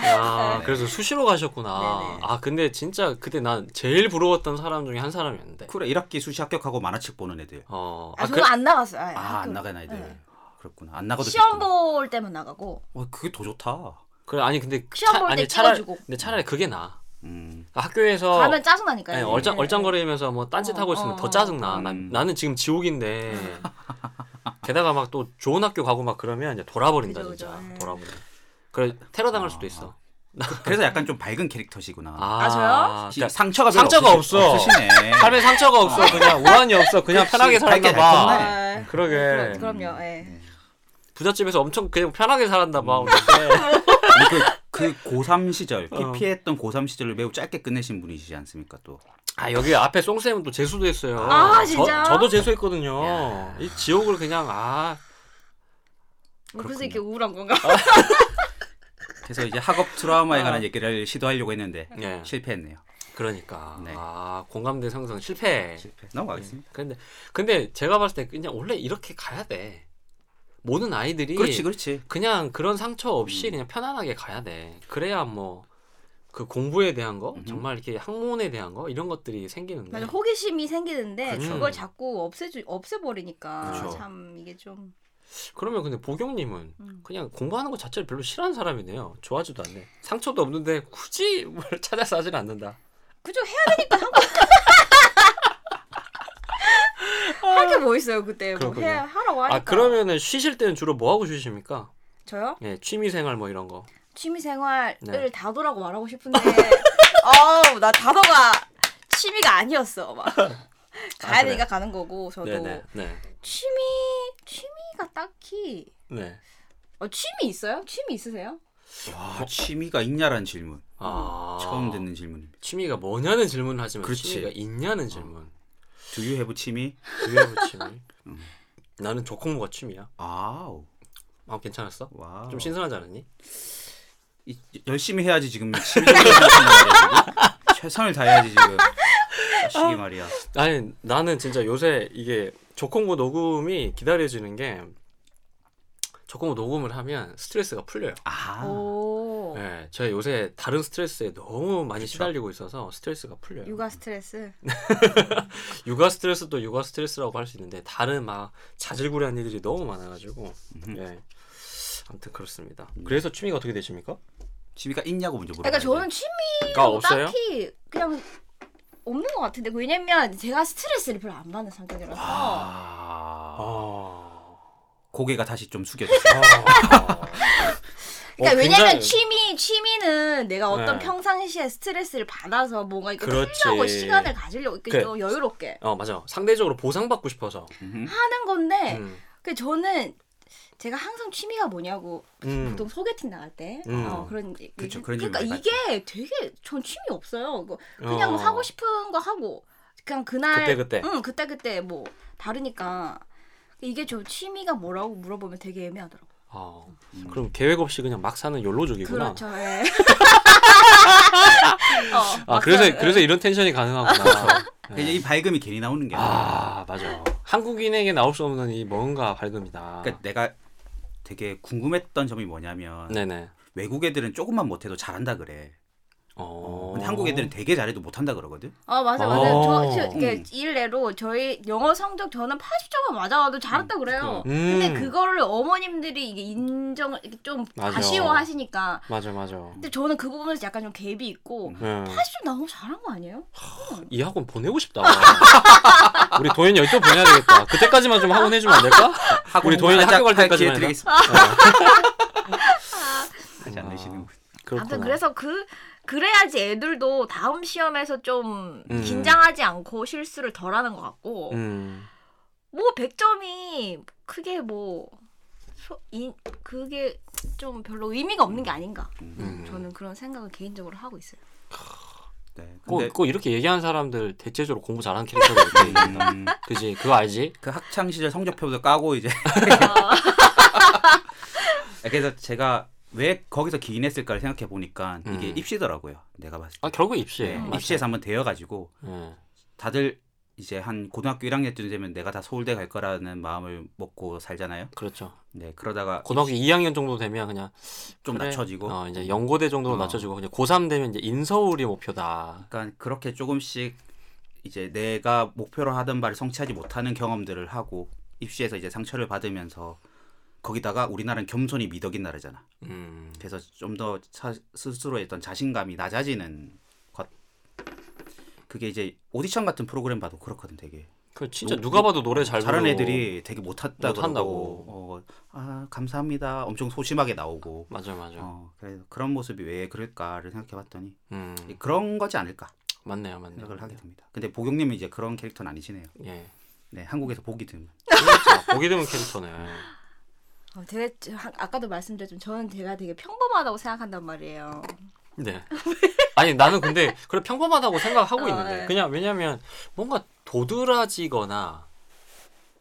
아, 그래서 수시로 가셨구나. 네네. 아, 근데 진짜 그때 난 제일 부러웠던 사람 중에 한 사람이었는데. 그래 1학기 수시 합격하고 만화책 보는 애들. 어. 아, 저는 그- 안 나갔어요. 아예 아 안 학교를. 나가는 애들. 네. 그렇구나. 안 나가도 시험 됐구나. 볼 때만 나가고 어, 그게 더 좋다. 그래 아니 근데 시험 차- 볼때 아니, 차라리- 찍어주고. 근데 차라리 그게 나. 음. 그러니까 학교에서 가면 짜증 나니까요. 네. 예, 얼짱 얼짱거리면서 뭐 딴짓 어, 하고 있으면 어, 더 짜증 나. 어. 나- 나는 지금 지옥인데. [LAUGHS] 게다가 막 또 좋은 학교 가고 막 그러면 이제 돌아버린다 그죠, 그죠. 진짜. 예. 돌아버려. 그래 테러 당할 아. 수도 있어. 그래서 약간 좀 밝은 캐릭터시구나. 아, 저요? 시- 그러니까 상처가 별로 상처가 없으시- 없어. [LAUGHS] 없으시네. 삶에 상처가 없어. 그냥 우환이 없어. 그냥 편하게 살았나 밝게 잘 컸네. 봐. 아, 그러게. 그럼- 그럼요. 예. 부잣집에서 엄청 그냥 편하게 살았나 봐. 우리. 아니, 그, 그 고3 시절 어. 피피했던 고3 시절을 매우 짧게 끝내신 분이시지 않습니까 또. 아 여기 앞에 송쌤은 또 재수도 했어요. 아, 진짜? 저, 저도 재수했거든요. 이 지옥을 그냥 아뭐 그래서 이렇게 우울한 건가? 그래서 이제 학업 트라우마에 관한 아. 얘기를 시도하려고 했는데 예. 실패했네요. 그러니까 네. 아 공감대 상승 실패. 실패. 넘어가겠습니다. 근데 근데 제가 봤을 때 그냥 원래 이렇게 가야 돼. 모든 아이들이 그렇지, 음. 그렇지. 냥 그런 상처 없이 그냥 편안하게 가야 돼. 그래야 뭐 그 공부에 대한 거 음흠. 정말 이렇게 학문에 대한 거 이런 것들이 생기는데. 맞아 호기심이 생기는데 네. 그쵸. 그걸 자꾸 없애주 없애버리니까 그쵸. 참 이게 좀 그러면 근데 보경님은 음. 그냥 공부하는 것 자체를 별로 싫어하는 사람이네요. 좋아하지도 않네. 상처도 없는데 굳이 뭘 찾아서 하진 않는다. 그죠 해야 되니까 [LAUGHS] 한 거. 할게 뭐 있어요 그때 뭐 그렇군요. 해 하라고 하니까. 아 그러면은 쉬실 때는 주로 뭐 하고 쉬십니까? 저요 예, 취미생활 뭐 이런 거. 취미생활을 네. 다도라고 말하고 싶은데 [LAUGHS] 어우 나 다도가 취미가 아니었어 막 가야 그래요? 되니까 가는 거고 저도 네네. 네. 취미 취미가 딱히 네. 어, 취미 있어요? 취미 있으세요? 와, 취미가 뭐, 있냐라는 질문. 아. 처음 듣는 질문입니다. 취미가 뭐냐는 질문을 하지만 어. 그렇지. 취미가 있냐는 질문. Do you have 취미? 유해부 [LAUGHS] 취미. 나는 조콩무가 취미야. 아우. 아 괜찮았어? 와우. 좀 신선하지 않았니? 이- 열심히 해야지 지금 취미 생활을 하는 거야, 지금. 최선을 다해야지 지금. 아. 시기 말이야. 아니 나는 진짜 요새 이게 조콩무 녹음이 기다려지는 게 조콩무 녹음을 하면 스트레스가 풀려요. 어. 아. 오. 네, 제가 요새 다른 스트레스에 너무 많이 시달리고 있어서 스트레스가 풀려요. 육아 스트레스. 육아 스트레스도 육아 스트레스라고 할 수 있는데 다른 막 자질구레한 일들이 너무 많아가지고 예 아무튼 그렇습니다 그래서 취미가 어떻게 되십니까? 취미가 있냐고 먼저 물어봐. 그러니까 저는 취미 가 아, 없어요? 딱히 그냥 없는 것 같은데 왜냐면 제가 스트레스를 별로 안 받는 성격이라서 아. 아... 고개가 다시 좀 숙여졌어. [LAUGHS] 아... [LAUGHS] 그러니까 어, 왜냐면 굉장히- 취미 취미는 내가 어떤 네. 평상시에 스트레스를 받아서 뭔가 이렇게 그렇지. 풀려고 시간을 가지려고 이렇게 그래. 좀 여유롭게 어 맞아 상대적으로 보상받고 싶어서 하는 건데 음. 그 저는 제가 항상 취미가 뭐냐고 음. 보통 소개팅 나갈 때 음. 어, 그런 얘기- 그쵸, 그런 얘기 그러니까 많이 이게 되게 전 취미 없어요. 그- 그냥 어. 뭐 하고 싶은 거 하고 그냥 그날 그때그때. 응 그때 그때 뭐 다르니까 이게 좀 취미가 뭐라고 물어보면 되게 애매하더라고. 요 어. 그럼 계획 없이 그냥 막 사는 욜로족이구나 그렇죠. 예. [LAUGHS] 어. 아 그래서 그래서 네. 이런 텐션이 [LAUGHS] 그렇죠. 가능하구나 이제 이 밝음이 괜히 나오는 게 아니라 네. 아 맞아 한국인에게 나올 수 없는 이 뭔가 밝음이다 그러니까 내가 되게 궁금했던 점이 뭐냐면 네네 외국 애들은 조금만 못해도 잘한다 그래. 어... 근데 한국 애들은 되게 잘해도 못한다 그러거든. 어 맞아 맞아. 저, 어. 저 이게 음. 일례로 저희 영어 성적 저는 80점은 맞아도 잘했다 그래요. 음. 근데 그거를 어머님들이 이게 인정 이게 좀 맞아. 아쉬워하시니까. 맞아 맞아 근데 저는 그 부분에서 약간 좀 갭이 있고 예. 80점 너무 잘한 거 아니에요? 이 학원 보내고 싶다. [LAUGHS] 우리 도현이 여기 또 보내야 되겠다. 그때까지만 좀 학원 해주면 안 될까? 우리 도현이 하자- 학교 갈 할 기회 때까지만 해라. 드리겠습니다. 어. [LAUGHS] 하지 않으시는 분. 아무튼 그래서 그 그래야지 애들도 다음 시험에서 좀 음. 긴장하지 않고 실수를 덜하는 것 같고 음, 뭐 100점이 크게 뭐 소, 이, 그게 좀 별로 의미가 없는 게 아닌가 음. 저는 그런 생각을 개인적으로 [LAUGHS] 하고 있어요. 네. 꼭, 근데 꼭 이렇게 얘기하는 사람들 대체적으로 공부 잘하는 캐릭터가 이렇게 있다. [LAUGHS] 음, 그지? 그거 알지? 그 학창 시절 성적표부터 까고 이제 [LAUGHS] 그래서 제가 왜 거기서 기인했을까를 생각해 보니까 이게 음. 입시더라고요. 내가 봤을 때. 아 결국 입시예요. 네, 맞아요. 입시에서 한번 되어 가지고 예. 다들 이제 한 고등학교 1학년쯤 되면 내가 다 서울대 갈 거라는 마음을 먹고 살잖아요. 그렇죠. 네, 그러다가 고등학교 2학년 정도 되면 그냥 좀 그래. 낮춰지고 어, 이제 연고대 정도로 어. 낮춰지고 그냥 고3 되면 이제 인서울이 목표다. 그러니까 그렇게 조금씩 이제 내가 목표로 하던 바를 성취하지 못하는 경험들을 하고 입시에서 이제 상처를 받으면서 거기다가 우리나라는 겸손이 미덕인 나라잖아. 음. 그래서 좀 더 스스로의 어떤 자신감이 낮아지는 것. 그게 이제 오디션 같은 프로그램 봐도 그렇거든, 되게. 그 진짜 노- 누가 봐도 노래 잘 뭐, 잘하는 부르고. 애들이 되게 못한다 못한다고. 그러고, 어, 아 감사합니다. 엄청 소심하게 나오고. 맞아 맞아. 어, 그래서 그런 모습이 왜 그럴까를 생각해봤더니 음. 그런 거지 않을까 맞네요, 맞네요. 생각을 하게 됩니다. 근데 보경님은 이제 그런 캐릭터는 아니시네요. 예. 네, 한국에서 보기 드문. 그렇죠. 보기 드문 캐릭터네. 어, 되게 저- 하- 아까도 말씀드렸지만 저는 제가 되게 평범하다고 생각한단 말이에요. 네. 아니 나는 근데 그래 평범하다고 생각하고 어, 있는데 네. 그냥 왜냐면 뭔가 도드라지거나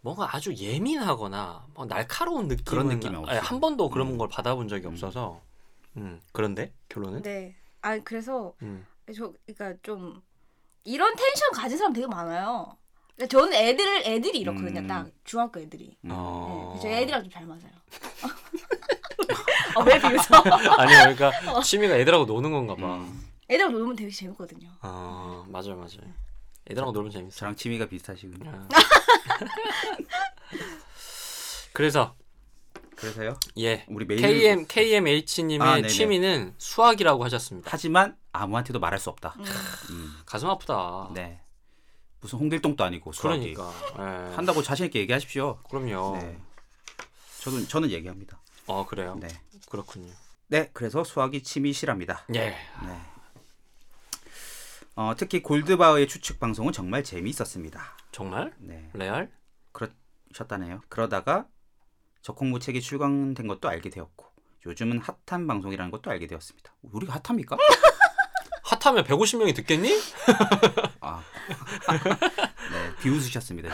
뭔가 아주 예민하거나 뭐 날카로운 느낌 그런 느낌이 없어요. 한 번도 그런 음. 걸 받아본 적이 없어서 음 그런데 결론은 네. 아 그래서 음. 저 그러니까 좀 이런 텐션 가진 사람 되게 많아요. 근데 저는 애들 애들이 이렇거든요. 음. 딱 중학교 애들이. 네, 어... 그래서 애들이랑 좀 잘 맞아요. 어, 왜 비웃어? 아니 그러니까 취미가 애들하고 노는 건가 봐. 음. 애들하고 놀면 되게 재밌거든요. 아 맞아 맞아. 애들하고 놀면 재밌어. 저랑 취미가 비슷하시군요. 아. 그래서 음. 그래서요. 예 우리 메일 KM KMH님의 네. 아, 네네. 취미는 수학이라고 하셨습니다. 하지만 아무한테도 말할 수 없다. 음. 음, 가슴 아프다. 네. 무슨 홍길동도 아니고 수학이. 그러니까. 어. 예. 한다고 자신 있게 얘기하십시오. 그럼요. 네. 저는 저는 얘기합니다. 어 그래요. 네. 그렇군요. 네, 그래서 수학이 취미시랍니다. 예. 네. 어, 특히 골드바흐의 추측 방송은 정말 재미있었습니다. 정말? 네, 레알? 그러셨다네요. 그러다가 적홍무 책이 출간된 것도 알게 되었고 요즘은 핫한 방송이라는 것도 알게 되었습니다. 우리가 핫합니까? 핫하면 150명이 듣겠니? 아. [LAUGHS] 네, 비웃으셨습니다.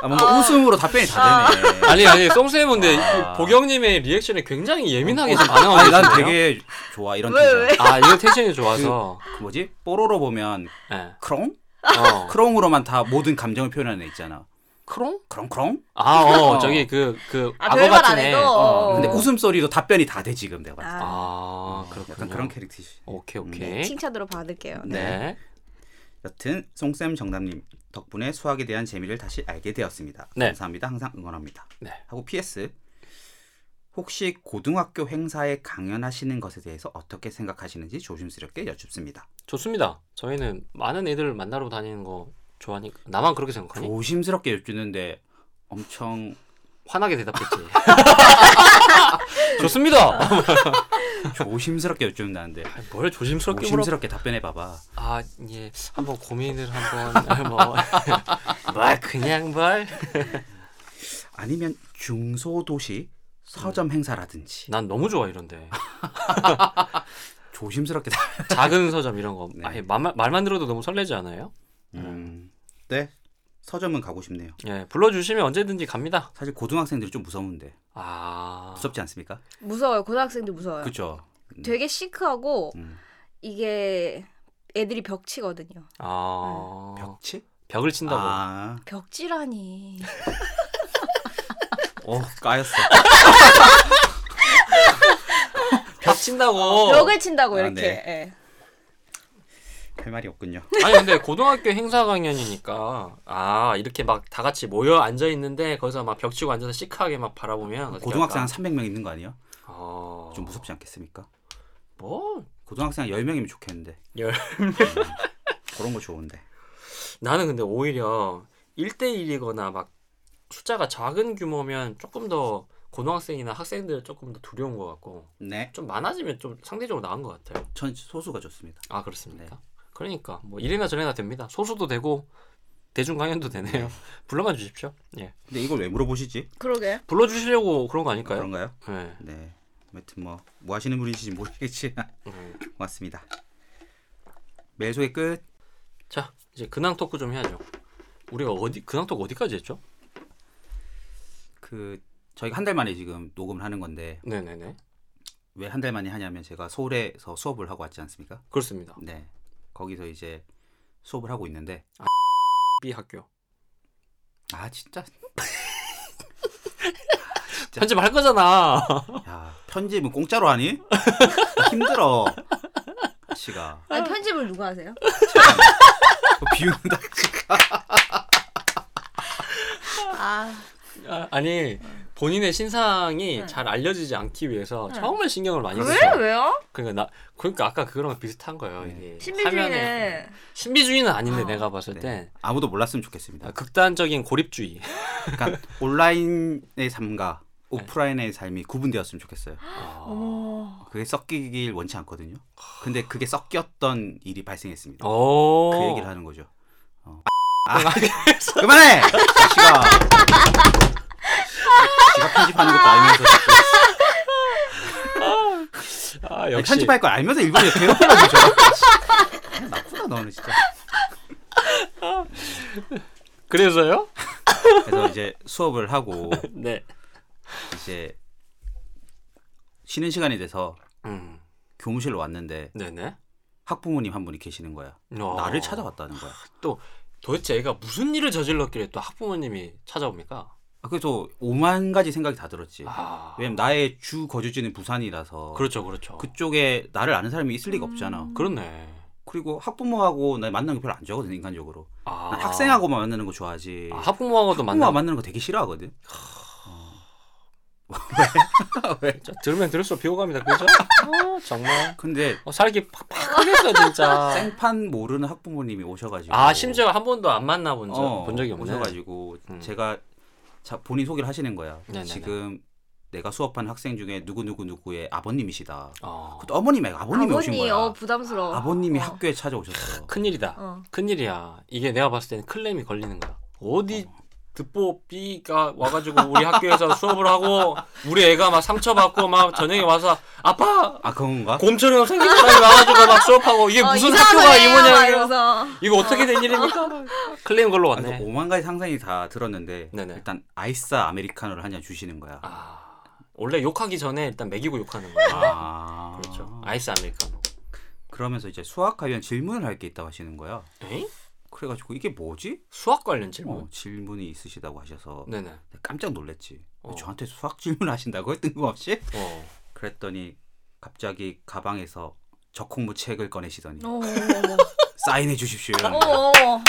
아, 뭔가 웃음으로 답변이 다 되네. 아니 아니 쏨쌤은 근데 아. 어, 보경님의 리액션에 굉장히 예민하게 지금 아니, 난 반응하고 계시네요. 되게 좋아, 이런 왜, 텐션. 왜? 아 이거 텐션이 좋아서. 그 뭐지? 뽀로로 보면 예. 크롱? 어. 그 크롱으로만 다 모든 감정을 표현하는 애 있잖아. 크롱? 크롱크롱? 아, 어, 어. 저기 그, 그, 아, 악어 별말 같은 안 애. 해도. 어. 어. 근데 웃음소리로 답변이 다 돼, 지금 내가 봤을 때. 아, 아, 그렇군요. 약간 그런 캐릭터이시. 오케이, 네, 오케이. 칭찬으로 받을게요. 네. 네. 여튼 송쌤 정답님 덕분에 수학에 대한 재미를 다시 알게 되었습니다. 네. 감사합니다. 항상 응원합니다. 네. 하고 PS 혹시 고등학교 행사에 강연하시는 것에 대해서 어떻게 생각하시는지 조심스럽게 여쭙습니다. 좋습니다. 저희는 많은 애들을 만나러 다니는 거 좋아하니까. 나만 그렇게 생각하니? 조심스럽게 여쭙는데 [LAUGHS] 엄청 환하게 대답했지. [LAUGHS] 좋습니다. 조심스럽게 여쭙는다는데 뭘 조심스럽게 물어? 아, 조심스럽게 답변해 봐봐. 아, 예. 한번 고민을 [LAUGHS] 한번 뭐. 뭐 그냥 뭘. 아니면 중소도시 음. 서점 행사라든지 난 너무 좋아 이런데. 조심스럽게 답. 작은 서점 이런 거. 네. 아예 말만 말만 들어도 너무 설레지 않아요? 음. 네. 서점은 가고 싶네요. 예, 불러 주시면 언제든지 갑니다. 사실 고등학생들이 좀 무서운데 아. 무섭지 않습니까? 무서워요. 고등학생들 무서워요. 그렇죠. 되게 시크하고 음. 이게 애들이 벽치거든요. 아. 벽, 벽치? 벽을 친다고. 아, 벽지라니. 어 [LAUGHS] 까였어. 벽 [LAUGHS] 친다고. 벽을 친다고 아, 이렇게. 네. 예. 할 말이 없군요. 아니 근데 고등학교 행사 강연이니까 아 이렇게 막 다 같이 모여 앉아 있는데 거기서 막 벽치고 앉아서 시크하게 막 바라보면 어떻게 고등학생 한 할까? 300명 있는 거 아니에요? 어... 좀 무섭지 않겠습니까? 뭐 고등학생 한 10명이면 좋겠는데. 음. 열. [LAUGHS] 그런 거 좋은데. 나는 근데 오히려 1대1이거나 막 숫자가 작은 규모면 조금 더 고등학생이나 학생들 조금 더 두려운 것 같고 네. 좀 많아지면 좀 상대적으로 나은 것 같아요. 전 소수가 좋습니다. 아 그렇습니까? 그러니까 뭐 이래나 저래나 됩니다. 소수도 되고 대중 강연도 되네요. [LAUGHS] 불러만 주십시오. 예, 근데 이걸 왜 물어보시지? 그러게. 불러주시려고 그런 거 아닐까요? 그런가요? 예. 네. 아무튼 뭐, 뭐 하시는 분인지 모르겠지만 [LAUGHS] 음. 고맙습니다. 매일 소개 끝. 자 이제 근황 토크 좀 해야죠. 우리가 어디 근황 토크 어디까지 했죠? 그 저희가 한 달 만에 지금 녹음을 하는 건데 네네네 왜 한 달 만에 하냐면 제가 서울에서 수업을 하고 왔지 않습니까? 그렇습니다. 네. 거기서 이제 수업을 하고 있는데 B 학교 아 진짜 진짜. 편집 할 거잖아. 야 편집은 공짜로 하니? 힘들어 씨가 그 아니, 편집을 누가 하세요? 비웃는다 아, 아, 니 본인의 신상이 잘 알려지지 않기 위해서 네. 정말 신경을 많이 왜? 썼어요. 왜요? 그러니까 나 그러니까 아까 그거랑 비슷한 거예요. 이게 네. 화면에- 신비주의는 신비주의는 아닌데 아. 내가 봤을 네. 때 아무도 몰랐으면 좋겠습니다 아, 극단적인 [GASPS] 고립주의. 그러니까 온라인의 삶과 네. 오프라인의 삶이 구분되었으면 좋겠어요 아. 어. 어머. 그게 섞이길 원치 않거든요 근데 그게 섞였던 일이 발생했습니다 오. 그 얘기를 하는 거죠 어. 아, 그만해 씨가 지가 편집하는 것도 알면서 자꾸 아 아니, 역시 편집할 걸 알면서 일부러 이렇게 괴롭히려고 저 나쁘다 너는 진짜 그래서요? [LAUGHS] 그래서 이제 수업을 하고 네. 이제 쉬는 시간이 돼서 음. 교무실로 왔는데 네네. 학부모님 한 분이 계시는 거야. 어. 나를 찾아왔다는 거야. 도대체 애가 무슨 일을 저질렀길래 또 학부모님이 찾아옵니까? 아, 그래서 오만 가지 생각이 다 들었지. 아. 왜냐면 나의 주 거주지는 부산이라서 그렇죠, 음. 그렇죠. 그, 그쪽에 나를 아는 사람이 있을 리가 없잖아. 그렇네. 그리고 학부모하고 나 만나는 거 별로 안 좋아하거든 인간적으로. 아. 난 학생하고만 만나는 거 좋아하지. 아, 학부모하고도 학부모와 만나. 만나는 거 되게 싫어하거든. 진짜 들으면 들을수록 비호감이다, 그죠? 어, 정말. 근데 어, 살기 팍팍 하겠어, [LAUGHS] 진짜. 생판 모르는 학부모님이 오셔가지고 아, 심지어 한 번도 안 만나본 적, 본 적이 없네. 어, 오셔가지고 음. 제가 자, 본인 소개를 하시는 거야. 네네네. 지금 내가 수업한 학생 중에 누구 누구 누구의 아버님이시다. 어, 그 어머님이 아니고 아버님이 오신 아버님, 거야. 어, 부담스러워. 아버님이 어. 학교에 찾아오셨어. 큰일이다. 어. 큰일이야. 이게 내가 봤을 때는 클렘이 걸리는 거야. 어디 듣보 B가 와가지고 우리 학교에서 [LAUGHS] 수업을 하고 우리 애가 막 상처받고 막 저녁에 와서 아빠 아 그건가? 곰처럼 생긴 사람이 와가지고 막 수업하고 이게 어, 무슨 이상한 학교가 소리예요, 막 이모냐 이러면서. 이거 어떻게 된 일입니까? 막 클레임 걸로 아, 그 왔네. 오만 가지 상상이 다 들었는데 네네. 일단 아이스 아메리카노를 한 잔 주시는 거야. 아, 아 원래 욕하기 전에 일단 먹이고 욕하는 거예요. 아, 그렇죠. 아이스 아메리카노. 아. 그러면서 이제 수학 관련 질문을 할 게 있다고 하시는 거야. 에이? 그래가지고 이게 뭐지? 어, 수학 관련 질문? 질문. 질문이 있으시다고 하셔서 네네. 깜짝 놀랐지. 어. 저한테 수학 질문 하신다고 뜬금없이? 어. 그랬더니 갑자기 가방에서 적홍무 책을 꺼내시더니 오, 어, 사인해 주십시오. 오, 오, 오. 어,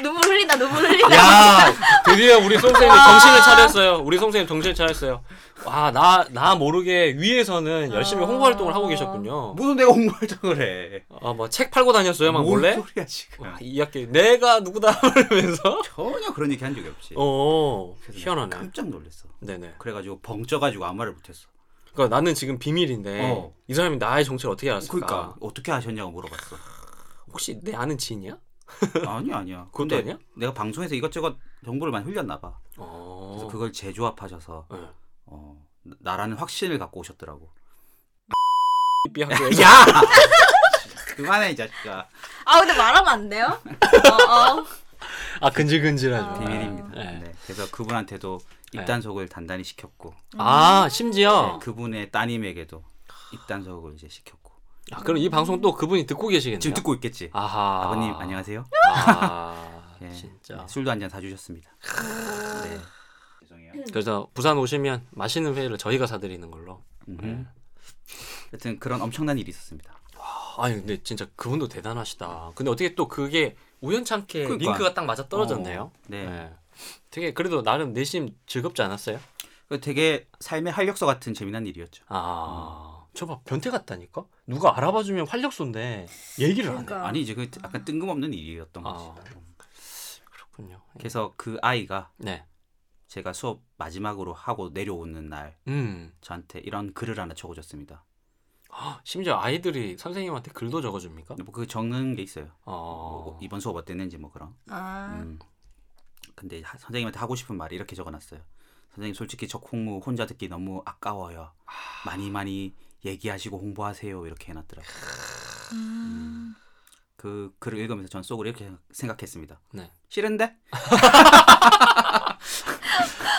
눈물 흘린다, 눈물 흘린다. 야 드디어 우리 송쌤이 정신을 차렸어요. 우리 송쌤 정신을 차렸어요. 아, 와나 나 모르게 위에서는 열심히 홍보 활동을 하고 계셨군요. 무슨 내가 홍보활동을 해? 아뭐 책 팔고 다녔어요 막 뭔 몰래? 소리야 지금? 와, 이 학교 내가 누구다 [LAUGHS] 그러면서. 전혀 그런 얘기 한 적이 없지. 어 그래서 희한하네. 깜짝 놀랐어. 네네. 그래가지고 벙쪄가지고 아무 말을 못했어. 그러니까 나는 지금 비밀인데 어. 이 사람이 나의 정체를 어떻게 알았을까? 그러니까 어떻게 아셨냐고 [LAUGHS] 물어봤어. 혹시 내 아는 지인이야? 아니 아니야. 그것도 근데 아니야? 내가 방송에서 이것저것 정보를 많이 흘렸나 봐. 어. 그래서 그걸 재조합하셔서 네. 어, 나라는 확신을 갖고 오셨더라고. B 학교에서 야! [LAUGHS] 그만해 이 자식아. 아, 근데 말하면 안 돼요? 어, 어. 아 근질근질하죠. 비밀입니다. 네. 네. 그래서 그분한테도 입단속을 단단히 시켰고 아 심지어 음. 네, 그분의 따님에게도 입단속을 이제 시켰고 아, 그럼 이 방송 또 그분이 듣고 계시겠네요. 지금 듣고 있겠지. 아하. 아... 버님 안녕하세요. 아, [LAUGHS] 예, 진짜. 네, 술도 한 잔 사주셨습니다. 네. 죄송해요. 음. 그래서 부산 오시면 맛있는 회를 저희가 사드리는 걸로. 네. 음. 하여튼 그런 엄청난 일이 있었습니다. 아니 근데 진짜 그분도 대단하시다. 근데 어떻게 또 그게 우연찮게 그러니까. 링크가 딱 맞아 떨어졌네요. 어, 네. 되게 그래도 나름 내심 즐겁지 않았어요? 그 되게 삶의 활력소 같은 재미난 일이었죠. 아, 저봐 변태 같다니까. 누가 알아봐주면 활력소인데 얘기를 안 해. 그러니까. 아니 이제 그 약간 뜬금없는 일이었던 아. 거지. 그렇군요. 그래서 그 아이가 네. 제가 수업 마지막으로 하고 내려오는 날 음. 저한테 이런 글을 하나 적어줬습니다. 아, 심지어 아이들이 선생님한테 글도 적어줍니까? 뭐 그 적는 게 있어요. 어. 뭐 이번 수업 어땠는지 뭐 그런. 아, 음. 근데 하- 선생님한테 하고 싶은 말이 이렇게 적어놨어요. 선생님 솔직히 저 콩무 혼자 듣기 너무 아까워요. 많이 많이 얘기하시고 홍보하세요 이렇게 해놨더라고요. 음. 그 글을 읽으면서 전 속으로 이렇게 생각했습니다. 네. 싫은데?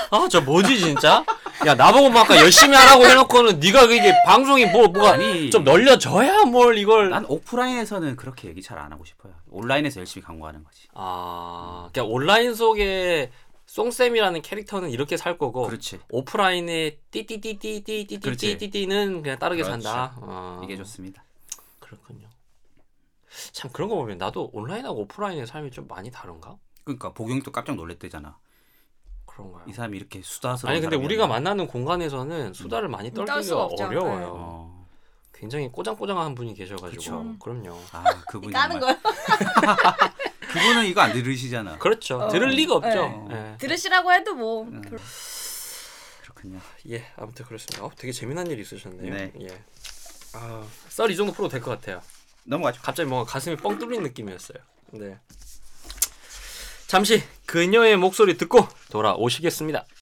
아, 저 뭐지 진짜? 야, 나보고 막 아까 열심히 하라고 해놓고는 네가 이게 방송이 뭐 뭐가 아니. 좀 널려져야 뭘 이걸 난 오프라인에서는 그렇게 얘기 잘 안 하고 싶어요. 온라인에서 열심히 광고하는 거지. 아, 그러니까 온라인 속에 송쌤이라는 캐릭터는 이렇게 살 거고 그렇지. 오프라인의 띠띠띠띠띠띠띠띠띠는 그냥 따르게 그렇지. 산다. 어, 이게 좋습니다. 그렇군요. 참 그런 거 보면 나도 온라인하고 오프라인의 삶이 좀 많이 다른가? 그러니까 보경이 또 깜짝 놀랬대잖아. 그런가요? 이 사람이 이렇게 수다스러운 아니 근데 사람이었나? 우리가 만나는 공간에서는 수다를 많이 음. 떨 떨기가 수가 없죠. 네. 어려워요. 어. 굉장히 꼬장꼬장한 분이 계셔가지고 음. 그쵸. 그럼요 [LAUGHS] 아, 그분이 까는 까는 거요? 그분은 이거 안 들으시잖아. 그렇죠. 어. 들을 리가 없죠. 네. 예. 들으시라고 해도 뭐. 음. 별로- 그렇군요. 예, 아무튼 그렇습니다. 어, 되게 재미난 일이 있으셨네요. 네. 예. 아, 썰이 정도 풀어도 될 것 같아요. 넘어가죠. 갑자기 뭔가 가슴이 뻥 뚫린 느낌이었어요. 네. 잠시 그녀의 목소리 듣고 돌아오시겠습니다.